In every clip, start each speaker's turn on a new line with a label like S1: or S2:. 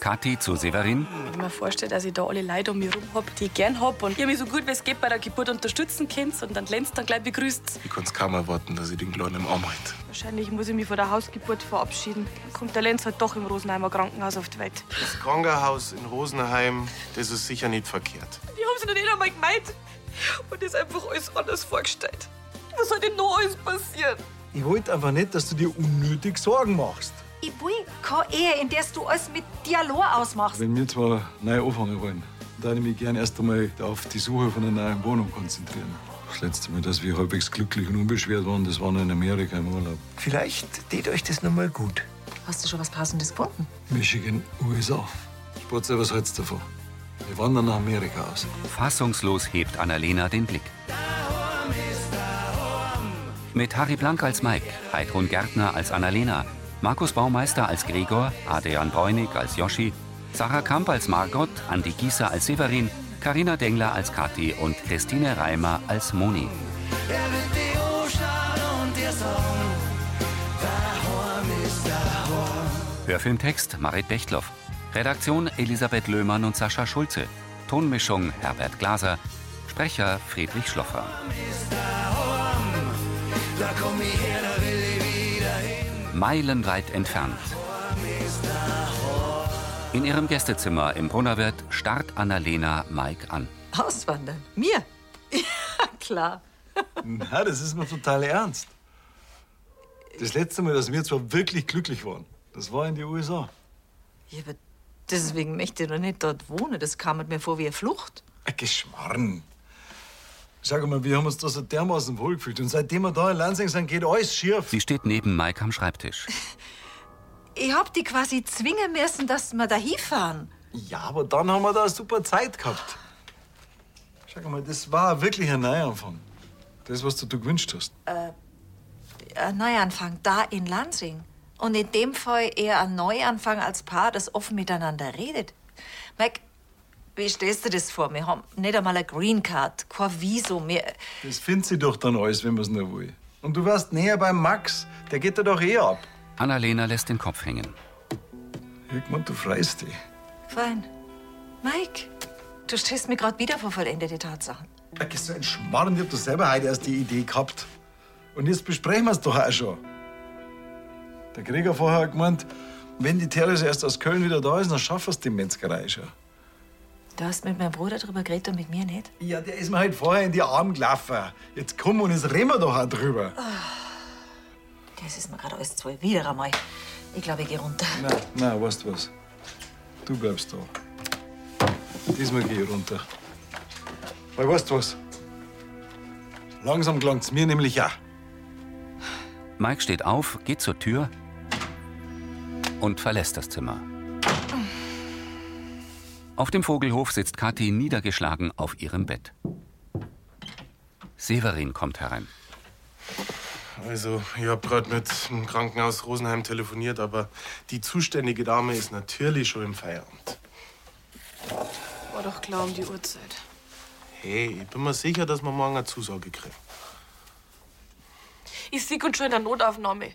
S1: Kathi zu Severin.
S2: Wenn ich mir vorstelle, dass ich da alle Leute um mich herum habe, die ich gern habe und ihr mich so gut wie es geht bei der Geburt unterstützen könnt und dann glänzt dann gleich begrüßt.
S3: Ich konnte es kaum erwarten, dass ich den Kleinen im Arm halte.
S2: Wahrscheinlich muss ich mich von der Hausgeburt verabschieden. Kommt der Lenz halt doch im Rosenheimer Krankenhaus auf die Welt.
S3: Das Krankenhaus in Rosenheim, das ist sicher nicht verkehrt.
S2: Die haben sie noch nicht einmal gemeint und das einfach alles anders vorgestellt. Was soll denn noch alles passieren?
S4: Ich wollte einfach nicht, dass du dir unnötig Sorgen machst.
S5: Ich will keine Ehe, in der du alles mit Dialog ausmachst.
S4: Wenn wir zwar neu anfangen wollen, dann ich mich gern erst einmal auf die Suche von einer neuen Wohnung konzentrieren. Das letzte Mal, dass wir halbwegs glücklich und unbeschwert waren, das war noch in Amerika im Urlaub.
S6: Vielleicht tät euch das nochmal gut.
S7: Hast du schon was Passendes gefunden?
S4: Michigan, USA. Sport selber was hältst du davon? Wir wandern nach Amerika aus.
S1: Fassungslos hebt Annalena den Blick. Mit Harry Blank als Mike, Heidrun Gärtner als Annalena, Markus Baumeister als Gregor, Adrian Bräunig als Joschi, Sarah Kamp als Margot, Andi Gieser als Severin, Karina Dengler als Kathi und Christine Reimer als Moni. Hörfilmtext Marit Bechtloff. Redaktion Elisabeth Löhmann und Sascha Schulze. Tonmischung Herbert Glaser. Sprecher Friedrich Schloffer. Meilenweit entfernt. In ihrem Gästezimmer im Brunnerwirt starrt Annalena Mike an.
S7: Auswandern? Mir? Ja, klar.
S4: Na, das ist mir total ernst. Das letzte Mal, dass wir zwar wirklich glücklich waren, das war in die USA.
S7: Ja, aber deswegen möchte ich doch nicht dort wohnen. Das kam mir vor wie eine Flucht.
S4: Ein Geschmarren. Sag mal, wir haben uns da so dermaßen wohlgefühlt. Und seitdem wir da in Lansing sind, geht alles schief.
S1: Sie steht neben Mike am Schreibtisch.
S7: Ich hab die quasi zwingen müssen, dass wir da hinfahren.
S4: Ja, aber dann haben wir da eine super Zeit gehabt. Sag mal, das war wirklich ein Neuanfang. Das, was du dir gewünscht hast.
S7: Ein Äh, Neuanfang da in Lansing. Und in dem Fall eher ein Neuanfang als Paar, das offen miteinander redet. Mike, wie stellst du das vor? Wir haben nicht einmal eine Green Card, kein Visum. Wir,
S4: Das findet sie doch dann alles, wenn man es nur will. Und du warst näher beim Max. Der geht dir doch eh ab.
S1: Annalena lässt den Kopf hängen.
S4: Irgendwann, du freust dich.
S7: fein. Mike, du stellst mir gerade wieder vor vollendete Tatsachen.
S4: Da gehst du ein Schmarrn, ich hab doch selber heute erst die Idee gehabt. Und jetzt besprechen wir es doch auch schon. Der Krieger vorher hat gemeint, wenn die Therese erst aus Köln wieder da ist, dann schaffen wir's die Metzgerei schon.
S7: Du hast mit meinem Bruder drüber geredet und mit mir nicht?
S4: Ja, der ist mir halt vorher in die Arme gelaufen. Jetzt komm und jetzt reden wir doch auch drüber.
S7: Das ist mir gerade alles zwei wieder einmal. Ich glaube, ich gehe runter.
S4: Nein, nein, weißt du was? Du bleibst da. Diesmal geh ich runter. Weil weißt du was? Langsam klang's mir nämlich auch.
S1: Mike steht auf, geht zur Tür und verlässt das Zimmer. Auf dem Vogelhof sitzt Kathi niedergeschlagen auf ihrem Bett. Severin kommt herein.
S3: Also, ich hab gerade mit dem Krankenhaus Rosenheim telefoniert, aber die zuständige Dame ist natürlich schon im Feierabend.
S2: War doch klar um die Uhrzeit.
S3: Hey, ich bin mir sicher, dass wir morgen eine Zusage kriegen.
S2: Ich sieg uns schon in der Notaufnahme.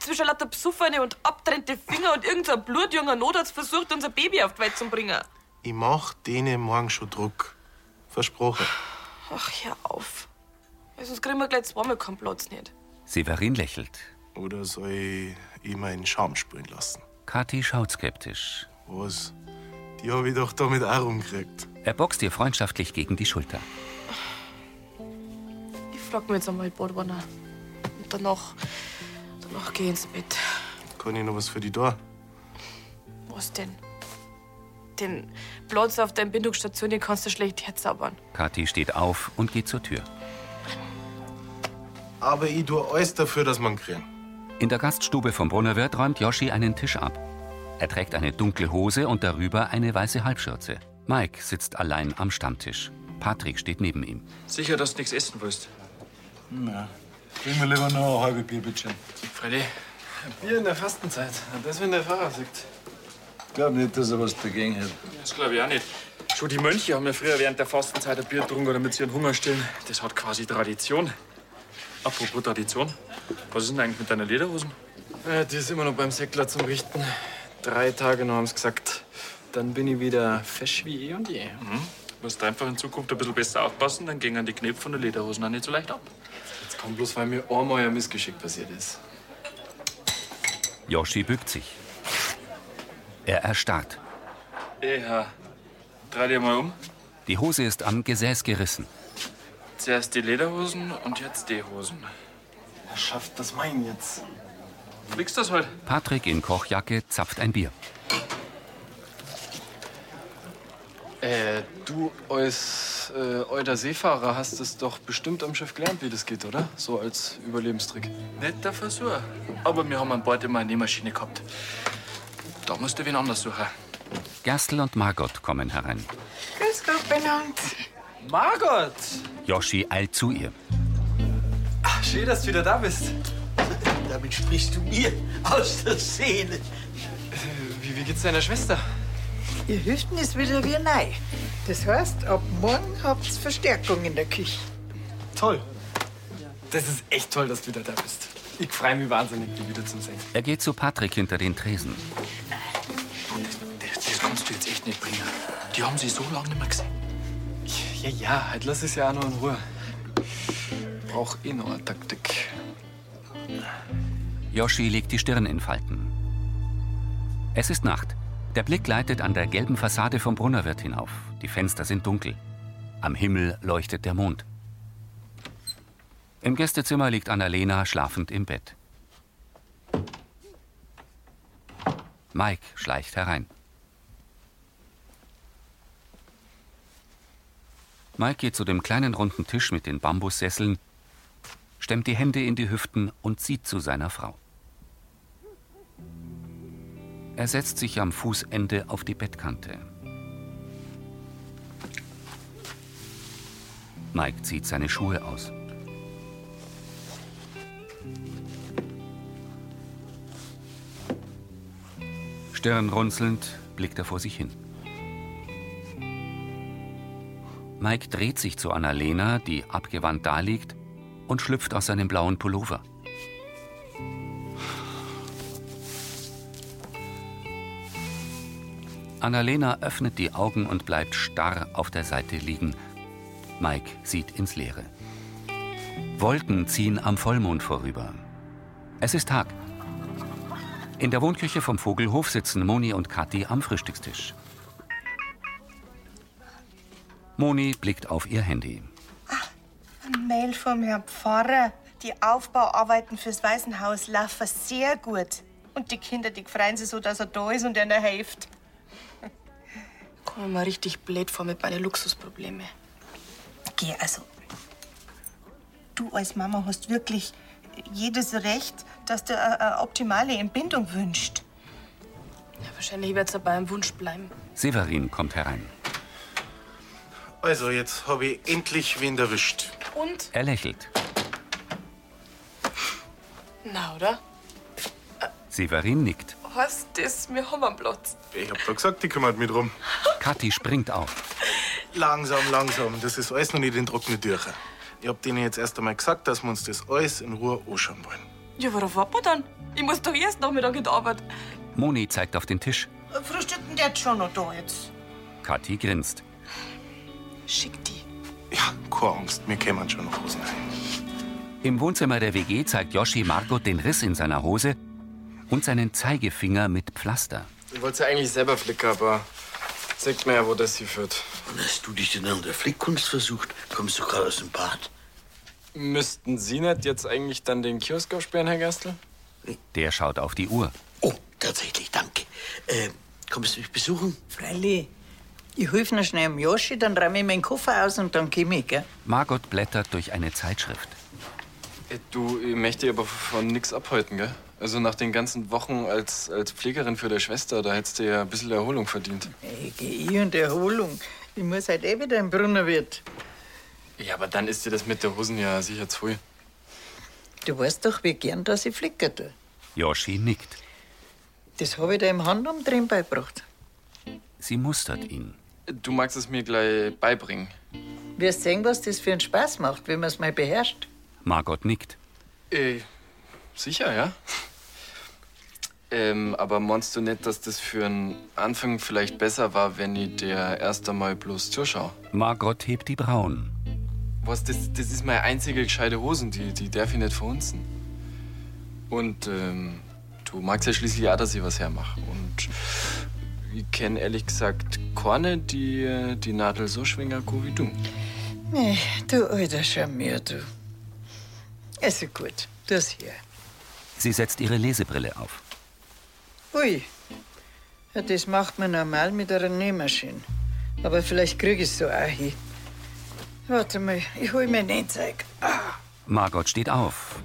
S2: Zwischen lauter Psufferne und abtrennte Finger und irgendein blutjunger Notarzt versucht, unser Baby auf die Welt zu bringen.
S3: Ich mach denen morgen schon Druck. Versprochen.
S2: Ach, hör auf. Sonst kriegen wir gleich zweimal keinen Platz nicht.
S1: Severin lächelt.
S3: Oder soll ich ihm einen Charme spüren lassen?
S1: Kathi schaut skeptisch.
S3: Was? Die hab ich doch damit auch rumgekriegt.
S1: Er boxt ihr freundschaftlich gegen die Schulter.
S2: Ich frag mich jetzt einmal Bordwanner. Und danach, danach geh ich ins Bett.
S3: Kann ich noch was für die da?
S2: Was denn? Den Platz auf der Entbindungsstation, den kannst du schlecht herzaubern.
S1: Kathi steht auf und geht zur Tür.
S3: Aber ich tue alles dafür, dass man kriegen.
S1: In der Gaststube vom Brunnerwirt räumt Joschi einen Tisch ab. Er trägt eine dunkle Hose und darüber eine weiße Halbschürze. Mike sitzt allein am Stammtisch. Patrick steht neben ihm.
S8: Sicher, dass du nichts essen willst.
S4: Bring mir lieber noch ein halber Gebetchen.
S8: Freddy, ein Bier in der Fastenzeit. Deswegen der Pfarrer sagt.
S4: Ich glaub nicht, dass er was dagegen hat.
S8: Das glaube ich auch nicht. Schon die Mönche haben ja früher während der Fastenzeit ein Bier getrunken, damit sie ihren Hunger stillen. Das hat quasi Tradition. Apropos Tradition, was ist denn eigentlich mit deiner Lederhosen?
S9: die ist immer noch beim Säckler zum Richten. Drei Tage noch, haben's gesagt. Dann bin ich wieder fesch wie eh und je.
S4: Hm?
S8: Du musst einfach in Zukunft ein bisschen besser aufpassen, dann gingen die Knöpfe von den Lederhosen auch nicht so leicht ab.
S9: Jetzt kommt bloß, weil mir einmal ein Missgeschick passiert ist.
S1: Yoshi bückt sich. Er erstarrt.
S8: Ja, dreh dir mal um.
S1: Die Hose ist am Gesäß gerissen.
S8: Zuerst die Lederhosen und jetzt die Hosen.
S9: Er schafft das mein jetzt.
S8: Fliegst das halt?
S1: Patrick in Kochjacke zapft ein Bier.
S9: Äh, du als äh, alter Seefahrer hast es doch bestimmt am Schiff gelernt, wie das geht, oder? So als Überlebenstrick.
S8: Netter Versuch. Aber wir haben an Bord immer eine Nähmaschine gehabt. Da musst du wen anders suchen.
S1: Gerstl und Margot kommen herein.
S10: Grüß Gott, benannt.
S9: Margot!
S1: Yoshi eilt zu ihr.
S9: Ach, schön, dass du wieder da bist.
S10: Damit sprichst du mir aus der Seele.
S9: Äh, Wie, wie geht's deiner Schwester?
S10: Ihr Hüften ist wieder wie neu. Das heißt, ab morgen habt's Verstärkung in der Küche.
S9: Toll. Das ist echt toll, dass du wieder da bist. Ich freue mich wahnsinnig, dich wieder zu sehen.
S1: Er geht zu Patrick hinter den Tresen.
S8: Das, das kannst du jetzt echt nicht bringen. Die haben sie so lange nicht mehr gesehen.
S9: Ja, ja, halt lass es ja auch noch in Ruhe. Brauch eh noch eine Taktik.
S1: Yoshi legt die Stirn in Falten. Es ist Nacht. Der Blick gleitet an der gelben Fassade vom Brunnerwirt hinauf. Die Fenster sind dunkel. Am Himmel leuchtet der Mond. Im Gästezimmer liegt Annalena schlafend im Bett. Mike schleicht herein. Mike geht zu dem kleinen runden Tisch mit den Bambussesseln, stemmt die Hände in die Hüften und sieht zu seiner Frau. Er setzt sich am Fußende auf die Bettkante. Mike zieht seine Schuhe aus. Stirnrunzelnd blickt er vor sich hin. Mike dreht sich zu Annalena, die abgewandt daliegt, und schlüpft aus seinem blauen Pullover. Annalena öffnet die Augen und bleibt starr auf der Seite liegen. Mike sieht ins Leere. Wolken ziehen am Vollmond vorüber. Es ist Tag. In der Wohnküche vom Vogelhof sitzen Moni und Kathi am Frühstückstisch. Moni blickt auf ihr Handy.
S10: Ein Mail vom Herrn Pfarrer. Die Aufbauarbeiten fürs Waisenhaus laufen sehr gut. Und die Kinder, die freuen sich so, dass er da ist und ihnen hilft.
S2: Komme mal richtig blöd vor mit meinen Luxusproblemen.
S10: Geh, also. Du als Mama hast wirklich jedes Recht, dass du eine, eine optimale Entbindung wünscht.
S2: Ja, wahrscheinlich wird's aber ein Wunsch bleiben.
S1: Severin kommt herein.
S3: Also, jetzt habe ich endlich wen erwischt.
S2: Und?
S1: Er lächelt.
S2: Na, oder?
S1: Severin nickt.
S2: Heißt das, wir haben einen Platz.
S3: Ich hab doch gesagt, die kümmert mich drum.
S1: Kathi springt auf.
S3: Langsam, langsam. Das ist alles noch nicht in trockene Tücher. Ich hab denen jetzt erst einmal gesagt, dass wir uns das alles in Ruhe anschauen wollen.
S2: Ja, worauf warten wir dann? Ich muss doch erst Nachmittag in die Arbeit.
S1: Moni zeigt auf den Tisch.
S10: Frühstücken der schon noch da jetzt.
S1: Kathi grinst.
S2: Schick die.
S3: Ja, keine Angst, wir kämen schon noch Rosenheim.
S1: Im Wohnzimmer der WG zeigt Yoshi Margot den Riss in seiner Hose und seinen Zeigefinger mit Pflaster.
S9: Ich wollte ja eigentlich selber flicken, aber sagt mir ja, wo das hier führt.
S10: Und hast du dich denn an der Flickkunst versucht, kommst du gerade aus dem Bad.
S9: Müssten Sie nicht jetzt eigentlich dann den Kiosk aufsperren, Herr Gerstl?
S1: Der schaut auf die Uhr.
S10: Oh, tatsächlich, danke. kommst du mich besuchen? Freilich. Ich helfe noch schnell am Joschi, dann räume ich meinen Koffer aus und dann komme ich, gell?
S1: Margot blättert durch eine Zeitschrift.
S9: Äh, Du, ich möchte dich aber von nix abhalten, gell? Also nach den ganzen Wochen als, als Pflegerin für deine Schwester, da hättest du ja ein bisschen Erholung verdient.
S10: Ey, geh ich und Erholung. Ich muss halt eh wieder im Brunnerwirt.
S9: Ja, aber dann ist dir das mit der Hosen ja sicher zu früh.
S10: Du weißt doch, wie gern, dass ich flicker tu.
S1: Yoshi nickt.
S10: Das habe ich dir im Handumdrehen beigebracht.
S1: Sie mustert ihn.
S9: Du magst es mir gleich beibringen.
S10: Wirst sehen, was das für einen Spaß macht, wenn man es mal beherrscht.
S1: Margot nickt.
S9: Äh, sicher, ja? Ähm, aber meinst du nicht, dass das für einen Anfang vielleicht besser war, wenn ich dir erst einmal bloß zuschaue?
S1: Margot hebt die Brauen.
S9: Was, das, das ist meine einzige gescheite Hosen, die, die darf ich nicht verhunzen. Und ähm, du magst ja schließlich auch, dass ich was hermache. Und ich kenne ehrlich gesagt keine, die äh, die Nadel so schwingen kann wie du.
S11: Nee, du alter Charmier, du. Also gut, das hier.
S1: Sie setzt ihre Lesebrille auf.
S11: Ui, ja, das macht man normal mit einer Nähmaschine. Aber vielleicht krieg ich so auch hin. Warte mal, ich hol mir einen Zeig.
S1: Margot steht auf.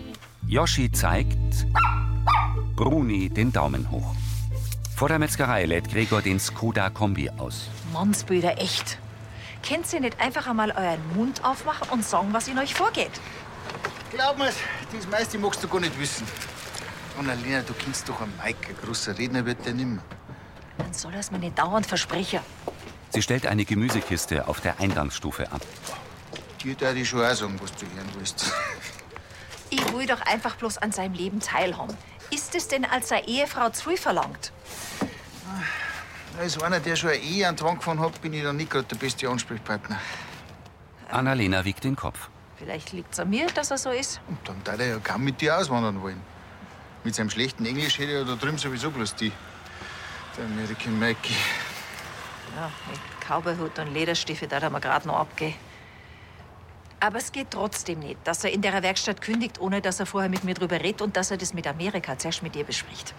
S1: Yoshi zeigt Bruni den Daumen hoch. Vor der Metzgerei lädt Gregor den Skoda Kombi aus.
S7: Mannsbilder, echt.
S5: Könnt ihr nicht einfach einmal euren Mund aufmachen und sagen, was in euch vorgeht?
S12: Glaub mir's, das meiste magst du gar nicht wissen. Und Alina, du kennst doch einen Mike. Ein großer Redner wird der nimmer.
S5: Dann soll das mir nicht dauernd versprechen.
S1: Sie stellt eine Gemüsekiste auf der Eingangsstufe ab.
S12: Dir darf ich schon auch sagen, was du hören willst.
S5: Ich will doch einfach bloß an seinem Leben teilhaben. Ist es denn als seine Ehefrau zu viel verlangt?
S12: Als einer, der schon eine Ehe an den Wand gefahren hat, bin ich dann nicht gerade der beste Ansprechpartner.
S1: Annalena wiegt den Kopf.
S7: Vielleicht liegt's an mir, dass er so ist.
S12: Und dann darf er ja kaum mit dir auswandern wollen. Mit seinem schlechten Englisch hätte er da drüben sowieso bloß die. Der American Mikey.
S7: Ja, mit Cowboyhut und Lederstiefel, da hat mir gerade noch abgehen.
S5: Aber es geht trotzdem nicht, dass er in der Werkstatt kündigt, ohne dass er vorher mit mir drüber redet und dass er das mit Amerika zuerst mit dir bespricht.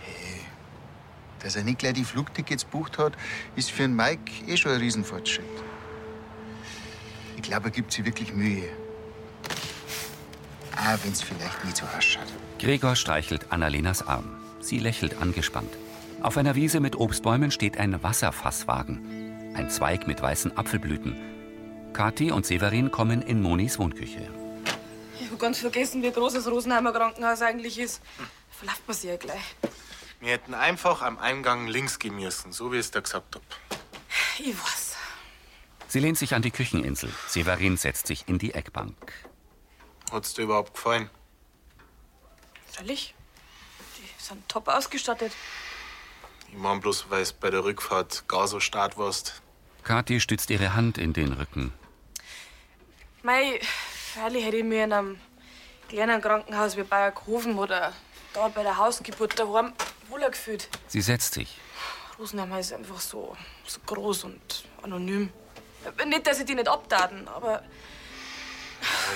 S12: Dass er nicht gleich die Flugtickets bucht hat, ist für einen Mike eh schon ein Riesenfortschritt. Ich glaube, er gibt sich wirklich Mühe. Auch wenn es vielleicht nie so ausschaut.
S1: Gregor streichelt Annalenas Arm. Sie lächelt angespannt. Auf einer Wiese mit Obstbäumen steht ein Wasserfasswagen. Ein Zweig mit weißen Apfelblüten. Kathi und Severin kommen in Monis Wohnküche.
S2: Ich hab ganz vergessen, wie groß das Rosenheimer Krankenhaus eigentlich ist.
S10: Hm.
S2: Verlauft man sich ja gleich.
S3: Wir hätten einfach am Eingang links gehen müssen, so wie ich es dir gesagt hab.
S2: Ich weiß.
S1: Sie lehnt sich an die Kücheninsel. Severin setzt sich in die Eckbank.
S3: Hat's dir überhaupt gefallen?
S2: Freilich. Die sind top ausgestattet.
S3: Ich mein bloß, weil es bei der Rückfahrt gar so stark warst.
S1: Kathi stützt ihre Hand in den Rücken.
S2: Mei, freilich hätte ich mir in einem kleinen Krankenhaus wie Bayerkofen oder da bei der Hausgeburt daheim wohler gefühlt.
S1: Sie setzt sich.
S2: Rosenheim ist einfach so, so groß und anonym. Nicht, dass ich die nicht abtaten, aber
S3: Ja,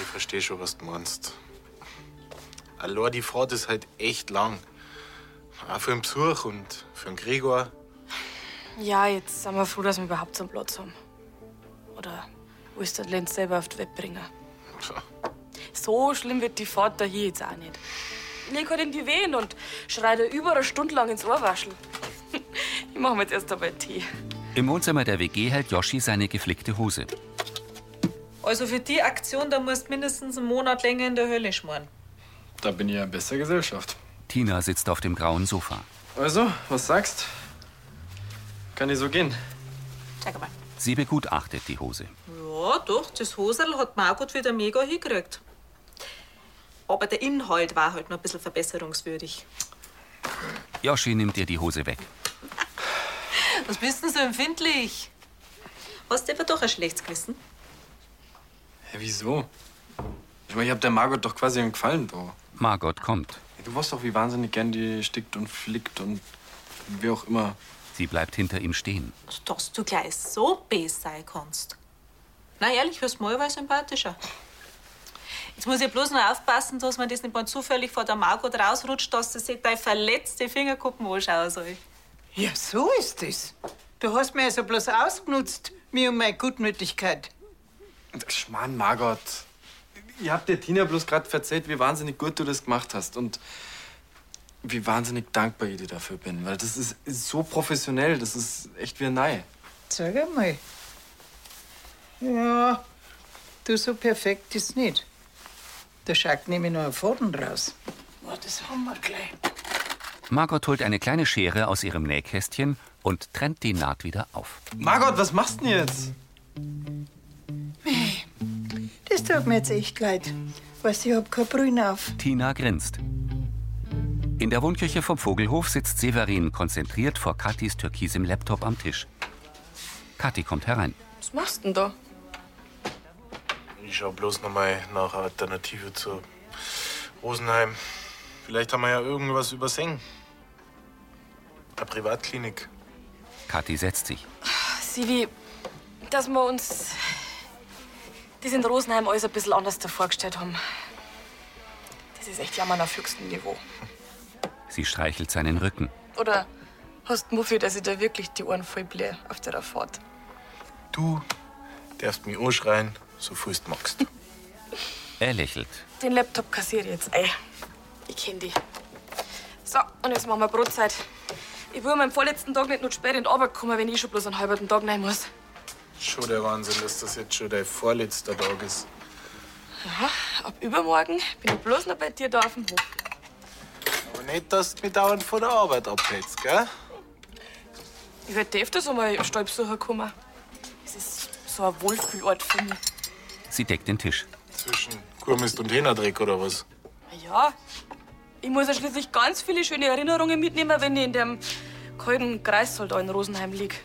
S3: ich verstehe schon, was du meinst. Allein die Fahrt ist halt echt lang. Auch für den Besuch und für den Gregor.
S2: ja, jetzt sind wir froh, dass wir überhaupt so einen Platz haben. Oder willst du den Lenz selber auf die Welt bringen? So schlimm wird die Fahrt da hier jetzt auch nicht. Leg halt in die Wehen und schreit ihr über eine Stunde lang ins Ohrwaschel. ich mach mir jetzt erst einmal Tee.
S1: Im Wohnzimmer der WG hält Yoshi seine geflickte Hose.
S13: Also für die Aktion, da musst mindestens einen Monat länger in der Hölle schmoren.
S9: Da bin ich ja in bester Gesellschaft.
S1: Tina sitzt auf dem grauen Sofa.
S9: Also, was sagst? Kann ich so gehen?
S13: Sag mal.
S1: Sie begutachtet die Hose.
S13: Ja, doch, das Hoserl hat Margot wieder mega hingekriegt. Aber der Inhalt war halt noch ein bisschen verbesserungswürdig.
S1: Yoshi nimmt ihr die Hose weg.
S13: Was bist denn so empfindlich? Hast du etwa doch ein schlechtes Gewissen?
S9: Hä, wieso? Ich meine, ich hab der Margot doch quasi einen Gefallen da.
S1: Margot kommt.
S9: Du weißt doch, wie wahnsinnig gern die stickt und flickt und wie auch immer.
S1: Sie bleibt hinter ihm stehen.
S13: Dass du gleich so bes sein kannst. Na ehrlich, fürs Mal war ich sympathischer. Jetzt muss ich bloß noch aufpassen, dass man das nicht mal zufällig vor der Margot rausrutscht, dass sie sich deine verletzte Fingerkuppen anschauen soll.
S11: Ja, so ist es. Du hast mir also bloß ausgenutzt, mir und meine Gutmütigkeit.
S9: Schmarrn, Margot. Ihr habt der Tina bloß gerade erzählt, wie wahnsinnig gut du das gemacht hast. Und wie wahnsinnig dankbar ich dir dafür bin. Weil das ist, ist so professionell, das ist echt wie ein Nei.
S11: Sag einmal. Ja, du, so perfekt ist nicht. Da schaut nämlich noch ein Faden raus. Oh, das haben wir gleich.
S1: Margot holt eine kleine Schere aus ihrem Nähkästchen und trennt die Naht wieder auf.
S9: Margot, was machst du denn jetzt?
S11: Das tut mir jetzt echt leid. Weißt du, ich hab keine Brühen auf.
S1: Tina grinst. In der Wohnküche vom Vogelhof sitzt Severin konzentriert vor Katis türkisem Laptop am Tisch. Kathi kommt herein.
S2: Was machst denn da?
S3: Ich schaue bloß nochmal nach Alternative zu Rosenheim. Vielleicht haben wir ja irgendwas übersehen. Eine Privatklinik.
S1: Kathi setzt sich.
S2: Sivi, dass wir uns das in Rosenheim alles ein bisschen anders da vorgestellt haben. Das ist echt Jammern auf höchstem Niveau.
S1: Sie streichelt seinen Rücken.
S2: Oder hast du Muffi, dass ich da wirklich die Ohren voll blähe auf der Fahrt?
S3: Du darfst mich anschreien, so viel du magst.
S1: Er lächelt.
S2: Den Laptop kassiere ich jetzt ein. Ah Ich kenn die. So, und jetzt machen wir Brotzeit. Ich will meinem vorletzten Tag nicht nur spät in die Arbeit kommen, wenn ich schon bloß einen halben Tag rein muss.
S3: Schon der Wahnsinn, dass das jetzt schon dein vorletzter Tag ist.
S2: Ja, ab übermorgen bin ich bloß noch bei dir da auf dem Hof.
S3: Aber nicht, dass du mich dauernd von der Arbeit abhältst, gell?
S2: Ich werde öfters einmal Stolpsucher kommen. Es ist so ein Wohlfühlort für mich.
S1: Sie deckt den Tisch.
S3: Zwischen Kurmist und Hähnerdreck oder was?
S2: Na Ja, ich muss ja schließlich ganz viele schöne Erinnerungen mitnehmen, wenn ich in dem kalten Kreissold da in Rosenheim lieg.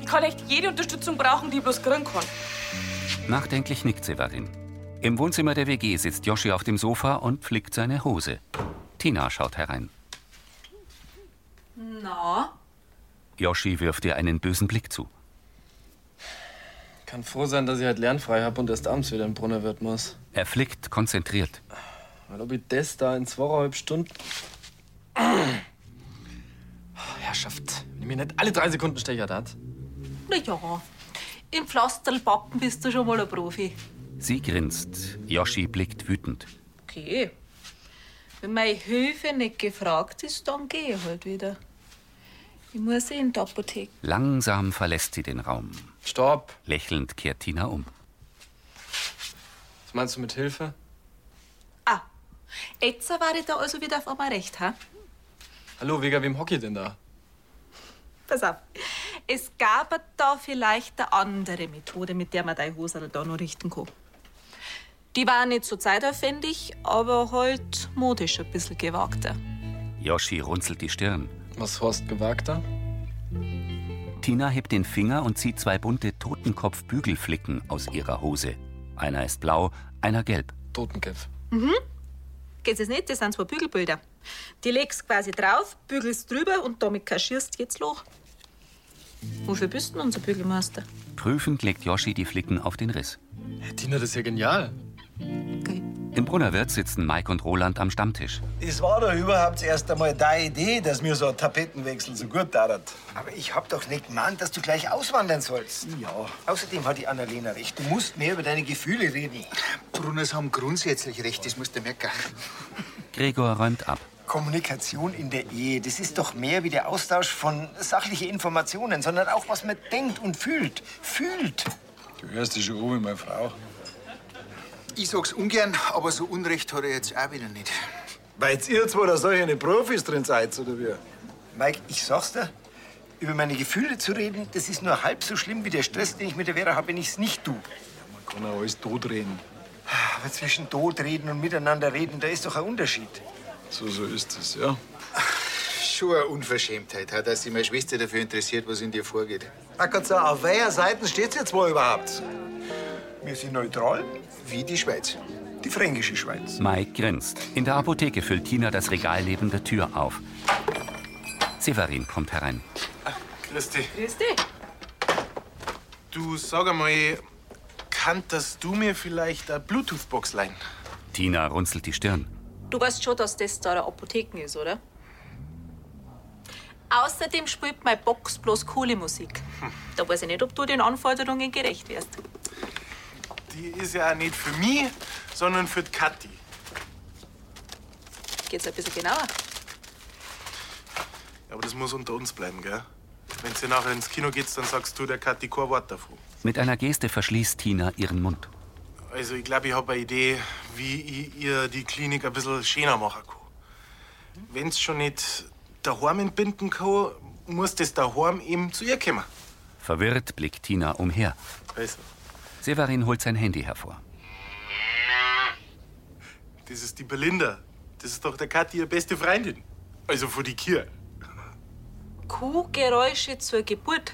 S2: Ich kann echt jede Unterstützung brauchen, die ich bloß kriegen kann.
S1: Nachdenklich nickt Severin. Im Wohnzimmer der WG sitzt Joschi auf dem Sofa und flickt seine Hose. Tina schaut herein.
S13: Na,
S1: Joschi wirft ihr einen bösen Blick zu.
S9: Kann froh sein, dass ich halt lernfrei hab und erst abends wieder im Brunner wird muss.
S1: Er flickt konzentriert.
S9: Weil ob ich das da in zweieinhalb Stunden. Herrschaft, wenn ich mir nicht alle drei Sekunden stechert hat.
S13: na ja. Im Pflasterlpappen bist du schon mal ein Profi.
S1: Sie grinst. Joschi blickt wütend.
S13: Okay. Wenn meine Hilfe nicht gefragt ist, dann gehe ich halt wieder. Ich muss eh in die Apotheke.
S1: Langsam verlässt sie den Raum.
S9: Stopp!
S1: Lächelnd kehrt Tina um.
S9: Was meinst du mit Hilfe?
S13: Ah, Jetzt war ich da also wieder auf einmal recht, ha?
S9: Hallo, wegen wem hock ich denn da?
S13: Pass auf. Es gab da vielleicht eine andere Methode, mit der man deine Hosen da noch richten kann. Die war nicht so zeitaufwendig, aber halt modisch ein bisschen gewagter.
S1: Joschi runzelt die Stirn.
S9: Was Horst gewagter?
S1: Tina hebt den Finger und zieht zwei bunte Totenkopfbügelflicken aus ihrer Hose. Einer ist blau, einer gelb.
S9: Totenkopf.
S13: Mhm. Geht's jetzt nicht? Das sind zwei Bügelbilder. Die legst quasi drauf, bügelst drüber und damit kaschierst jetzt los. Wofür bist denn unser Bügelmeister?
S1: Prüfend legt Joschi die Flicken auf den Riss.
S9: Tina, das ist ja genial.
S1: Im Brunnerwirt sitzen Mike und Roland am Stammtisch.
S6: Es war doch überhaupt erst einmal deine Idee, dass mir so ein Tapetenwechsel so gut tat. Aber ich hab doch nicht gemeint, dass du gleich auswandern sollst. Ja. Außerdem hat die Annalena recht. Du musst mehr über deine Gefühle reden.
S12: Brunners haben grundsätzlich recht, das musst du merken.
S1: Gregor räumt ab.
S6: Kommunikation in der Ehe, das ist doch mehr wie der Austausch von sachlichen Informationen, sondern auch, was man denkt und fühlt. Fühlt!
S4: Du hörst dich schon um, meine Frau.
S12: Ich sag's ungern, aber so Unrecht hat er jetzt auch wieder nicht.
S4: Weil jetzt ihr zwei da solche Profis drin seid, oder wie?
S6: Mike, ich sag's dir, über meine Gefühle zu reden, das ist nur halb so schlimm wie der Stress, den ich mit der Vera habe, wenn ich's nicht tu.
S4: Man kann auch alles totreden.
S6: Aber zwischen tot reden und miteinander reden, da ist doch ein Unterschied.
S4: So, so ist es, ja.
S12: Schon eine Unverschämtheit, auch, dass sich meine Schwester dafür interessiert, was in dir vorgeht.
S6: Na Gott sei Dank, auf welcher Seite steht's jetzt wohl überhaupt? Wir sind neutral.
S12: Wie die Schweiz.
S6: Die fränkische Schweiz.
S1: Mike grinst. In der Apotheke füllt Tina das Regal neben der Tür auf. Severin kommt herein.
S3: Grüß dich.
S13: Grüß dich.
S3: Du, sag einmal, kanntest du mir vielleicht eine Bluetooth-Box leihen?
S1: Tina runzelt die Stirn.
S13: Du weißt schon, dass das da eine Apotheken ist, oder? Außerdem spielt meine Box bloß coole Musik. Da weiß ich nicht, ob du den Anforderungen gerecht wirst.
S3: Die ist ja auch nicht für mich, sondern für die Kathi.
S13: Geht's ein bisschen genauer?
S3: Aber das muss unter uns bleiben, gell? Wenn sie nachher ins Kino geht, dann sagst du der Kathi kein Wort davon.
S1: Mit einer Geste verschließt Tina ihren Mund.
S3: Also, ich glaube, ich habe eine Idee, wie ich ihr die Klinik ein bisschen schöner machen kann. Wenn's schon nicht daheim entbinden kann, muss das daheim eben zu ihr kommen.
S1: Verwirrt blickt Tina umher.
S3: Also,
S1: Severin holt sein Handy hervor.
S3: das ist die Belinda, Das ist doch der Kathi ihre beste Freundin. Also von die Kier.
S13: Kuhgeräusche zur Geburt.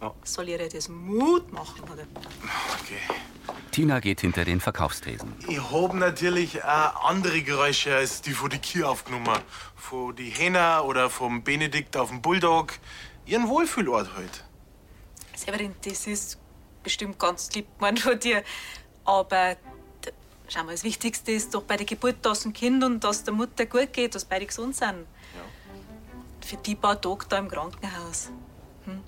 S3: Ja.
S13: Soll ihr das Mut machen, oder?
S1: Tina geht hinter den Verkaufstresen.
S3: Ich hab natürlich auch andere Geräusche als die von die Kier aufgenommen. Von die Henna oder vom Benedikt auf dem Bulldog. Ihren Wohlfühlort halt.
S13: Severin, das ist bestimmt ganz lieb gemeint von dir. Aber d- schau mal, das Wichtigste ist doch bei der Geburt, dass dem Kind und dass der Mutter gut geht, dass beide gesund sind. Für die paar Tage da im Krankenhaus. Hm?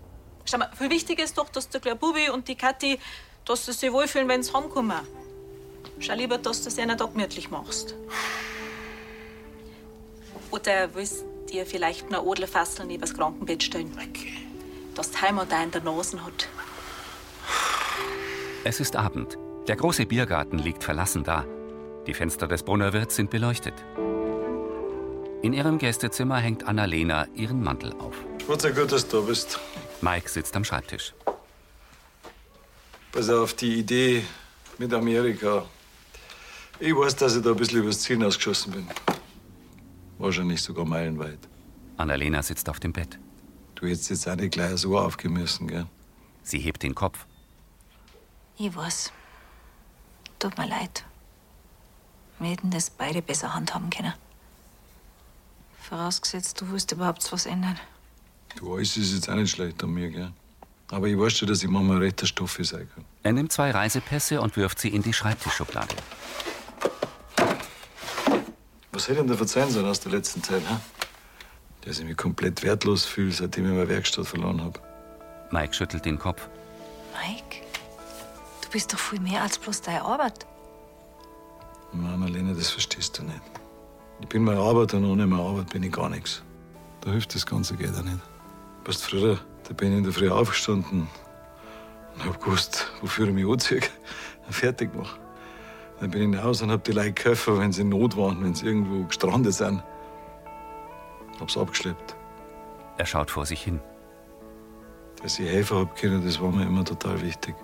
S13: Schau mal, viel wichtiger ist doch, dass der kleine Bubi und die Kathi, dass sie sich wohlfühlen, wenn sie heimkommen. Schau lieber, dass du es ihnen da gemütlich machst. Oder willst du dir vielleicht noch Odlerfasseln neben das Krankenbett stellen? Okay. Dass die Heimat auch in der Nase hat.
S1: Es ist Abend. Der große Biergarten liegt verlassen da. Die Fenster des Brunnerwirts sind beleuchtet. In ihrem Gästezimmer hängt Annalena ihren Mantel auf.
S4: Gott sei Gott, dass du da bist.
S1: Mike sitzt am Schreibtisch.
S4: Pass auf, die Idee mit Amerika. Ich weiß, dass ich da ein bisschen übers Ziel ausgeschossen bin. Wahrscheinlich sogar meilenweit.
S1: Annalena sitzt auf dem Bett.
S4: Du hättest jetzt auch nicht gleich so aufgemessen, gell?
S1: Sie hebt den Kopf.
S5: Ich weiß. Tut mir leid. Wir hätten das beide besser handhaben können. Vorausgesetzt, du willst überhaupt was ändern.
S4: Du weißt, es ist jetzt auch nicht schlecht an mir, gell? Aber ich weiß schon, dass ich manchmal rechter Stoffe sein kann.
S1: Er nimmt zwei Reisepässe und wirft sie in die Schreibtischschublade.
S4: Was hätte ich denn verzeihen sollen aus der letzten Zeit, hä? Dass ich mich komplett wertlos fühle, seitdem ich meine Werkstatt verloren habe.
S1: Mike schüttelt den Kopf.
S5: Mike, du bist doch viel mehr als bloß deine Arbeit.
S4: Mama, Lena, das verstehst du nicht. Ich bin mein Arbeiter und ohne meine Arbeit bin ich gar nichts. Da hilft das ganze Geld auch nicht. Weißt du, früher, da bin ich in der Früh aufgestanden und hab gewusst, wofür ich mich anziehe. und Fertig gemacht. Dann bin ich raus und hab die Leute geholfen, wenn sie in Not waren, wenn sie irgendwo gestrandet sind. Hab's abgeschleppt.
S1: Er schaut vor sich hin.
S4: Dass ich helfen hab können, das war mir immer total wichtig.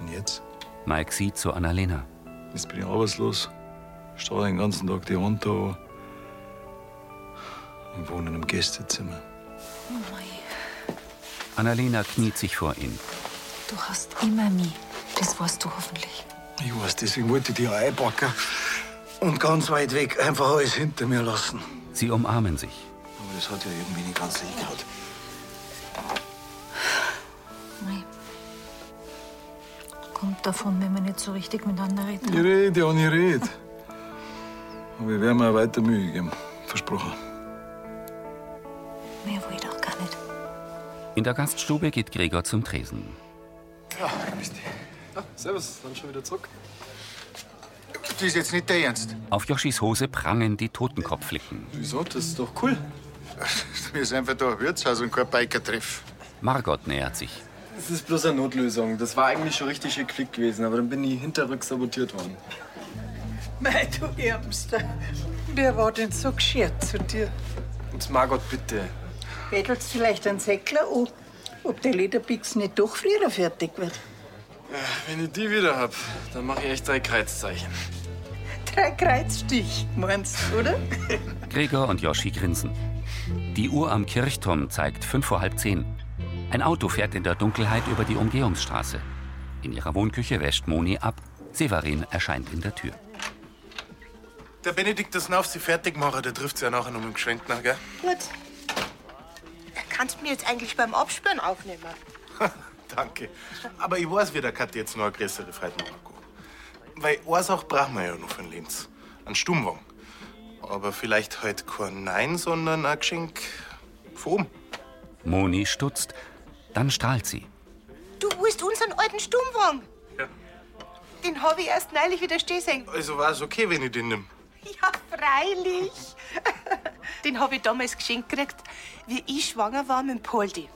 S4: Und jetzt?
S1: Mike sieht zu Annalena.
S4: Jetzt bin ich arbeitslos. Stehe den ganzen Tag die Hand da an. Ich wohne in einem Gästezimmer.
S1: Annalena kniet sich vor ihn.
S5: Du hast immer mich. Das weißt du hoffentlich.
S4: Ich weiß, deswegen wollte ich die auch einpacken. Und ganz weit weg einfach alles hinter mir lassen.
S1: Sie umarmen sich.
S4: Aber das hat ja irgendwie nicht ganz hingehauen.
S5: Kommt davon, wenn man nicht so richtig miteinander redet.
S4: Ich rede und ich rede. Aber ich werde mir auch weiter Mühe geben. Versprochen.
S5: Mehr will ich doch gar nicht.
S1: In der Gaststube geht Gregor zum Tresen.
S12: Ja, Mist. servus, dann schon wieder zurück. Das ist jetzt nicht der Ernst.
S1: Auf Joschis Hose prangen die Totenkopfflicken.
S12: Wieso? Das ist doch cool. Wir sind einfach da ein Wirtshaus und kein Biker-Treff.
S1: Margot nähert sich.
S9: Das ist bloß eine Notlösung. Das war eigentlich schon richtig geklickt gewesen, aber dann bin ich hinterrücks sabotiert worden.
S11: Mei, du Ärmster. Wer war denn so geschert zu dir?
S9: Und Margot, bitte.
S11: Bettelst vielleicht einen Säckler an, ob der Lederbix nicht doch früher fertig wird?
S9: Ja, wenn ich die wieder hab, dann mache ich echt drei Kreuzzeichen.
S11: Drei Kreuzstich, meinst du, oder?
S1: Gregor und Joschi grinsen. Die Uhr am Kirchturm zeigt fünf vor halb zehn. Ein Auto fährt in der Dunkelheit über die Umgehungsstraße. In ihrer Wohnküche wäscht Moni ab. Severin erscheint in der Tür.
S3: Der Benedikt, das auf sie fertig machen, der trifft sie ja nachher noch mit dem Geschenk nach, gell?
S10: Gut. Kannst du mir jetzt eigentlich beim Abspüren aufnehmen?
S3: Danke. Aber ich weiß, wie der Kat jetzt noch eine größere Freude machen kann. Weil eine Sache brauchen wir ja noch von Lenz. Einen Stummwagen. Aber vielleicht halt kein Nein, sondern ein Geschenk von oben.
S1: Moni stutzt, dann strahlt sie.
S10: Du willst unseren alten Stummwagen?
S3: Ja.
S10: Den habe ich erst neulich wieder stehen sehen.
S3: Also war es okay, wenn ich den nimm.
S10: Ja, freilich. Den habe ich damals geschenkt gekriegt, wie ich schwanger war mit dem Poldi.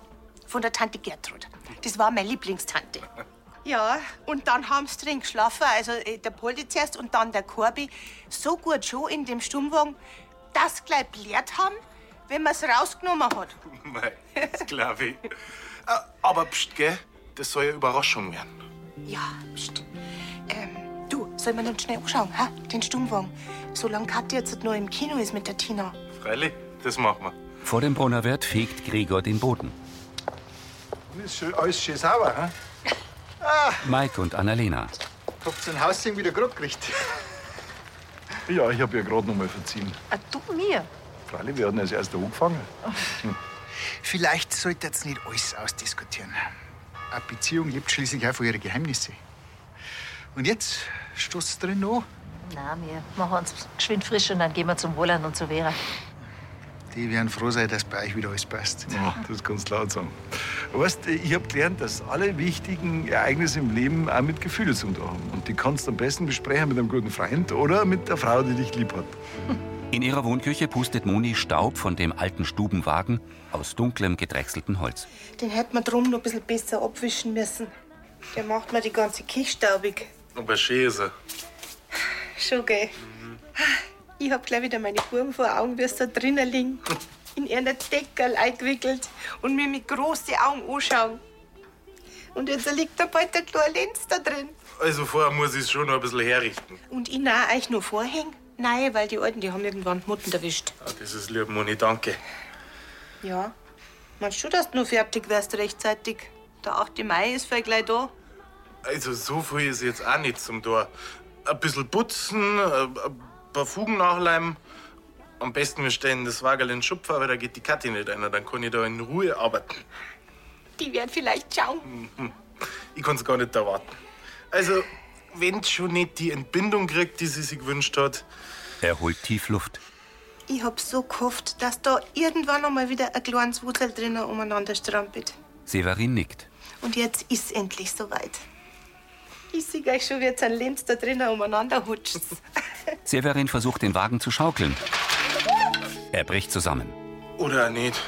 S10: Von der Tante Gertrud. Das war meine Lieblingstante. Ja, und dann haben sie drin geschlafen. Also äh, der Poldi zuerst und dann der Korbi. So gut schon in dem Stummwagen, dass sie gleich blärt haben, wenn man es rausgenommen hat.
S3: Mei, das glaub ich. Äh, Aber pst, gell? Das soll ja Überraschung werden.
S10: Ja, pst. Ähm, du, Sollen wir nicht schnell anschauen, ha? den Stummwagen? Solange Katja jetzt noch im Kino ist mit der Tina.
S3: Freilich, das machen wir.
S1: Vor dem Brunnerwirt fegt Gregor den Boden.
S6: Das ist schön, alles schön sauber. Hm? Ah,
S1: Mike und Annalena.
S6: habt ihr den Haussegen wieder gerade gekriegt?
S4: Ja, ich habe ja gerade noch mal verziehen.
S5: Ah, du mir?
S4: Freilich, wir hatten als erster angefangen.
S12: Vielleicht solltet ihr nicht alles ausdiskutieren. Eine Beziehung lebt schließlich auch von ihren Geheimnissen. Und jetzt stoßt drin noch.
S5: Na, wir machen uns geschwind frisch und dann gehen wir zum Wohlan und zu Vera.
S12: Die werden froh sein, dass bei euch wieder alles passt.
S4: Ja, das kannst du laut sagen. Weißt, ich habe gelernt, dass alle wichtigen Ereignisse im Leben auch mit Gefühlen zu tun haben. Und die kannst du am besten besprechen mit einem guten Freund oder mit der Frau, die dich lieb hat.
S1: In ihrer Wohnküche pustet Moni Staub von dem alten Stubenwagen aus dunklem, gedrechseltem Holz.
S10: Den hätte man drum noch ein bisschen besser abwischen müssen. Der macht mir die ganze Küche staubig.
S3: Aber schön ist er.
S10: Schon, gell? Ich hab gleich wieder meine Buben vor Augen, wie sie da drinnen liegen. In einer Deckel eingewickelt und mir mit großen Augen anschauen. Und jetzt liegt da bald der kleine Lenz da drin.
S3: Also vorher muss ich es schon noch ein bisschen herrichten.
S10: Und ich nahe euch nur Vorhänge? Nein, weil die Alten, die haben irgendwann die Mutten erwischt.
S3: Ah, das ist lieb, Moni, danke.
S10: Ja. Meinst du, dass du noch fertig wärst rechtzeitig? Der 8. Mai ist vielleicht gleich da.
S3: Also so viel ist jetzt auch nicht zum Tor. Ein bisschen putzen, äh, ein ein paar Fugen nachleimen. Am besten wir stellen das Wagerl in den Schupfer, aber da geht die Kathi nicht einer. Dann kann ich da in Ruhe arbeiten.
S10: Die werden vielleicht schauen.
S3: Ich kann es gar nicht erwarten. Also, wenn sie schon nicht die Entbindung kriegt, die sie sich gewünscht hat.
S1: Er holt tief Luft.
S10: Ich hab so gehofft, dass da irgendwann einmal wieder ein kleines Wurzel drinnen umeinander strampelt.
S1: Severin nickt.
S10: Und jetzt ist endlich soweit. Ich sehe euch schon, wie jetzt ein Lenz da drinnen umeinander hutscht.
S1: Severin versucht, den Wagen zu schaukeln. Er bricht zusammen.
S3: Oder nicht.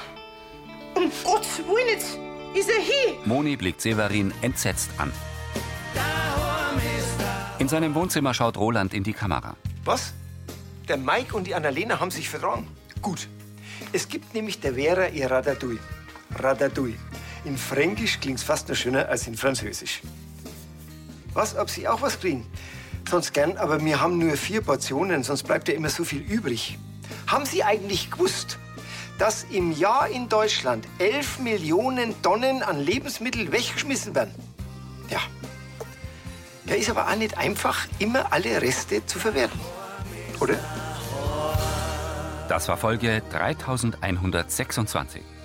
S10: um Gottes Willen, jetzt ist er hier.
S1: Moni blickt Severin entsetzt an. In seinem Wohnzimmer schaut Roland in die Kamera.
S6: Was? Der Mike und die Annalena haben sich vertragen. Gut. Es gibt nämlich der Vera ihr Radadui. Radadui. In Fränkisch klingt's fast noch schöner als in Französisch. Was, ob sie auch was kriegen? Sonst gern, aber wir haben nur vier Portionen, sonst bleibt ja immer so viel übrig. Haben Sie eigentlich gewusst, dass im Jahr in Deutschland 11 Millionen Tonnen an Lebensmitteln weggeschmissen werden? Ja. Ja, ist aber auch nicht einfach, immer alle Reste zu verwerten. Oder?
S1: Das war Folge 3126.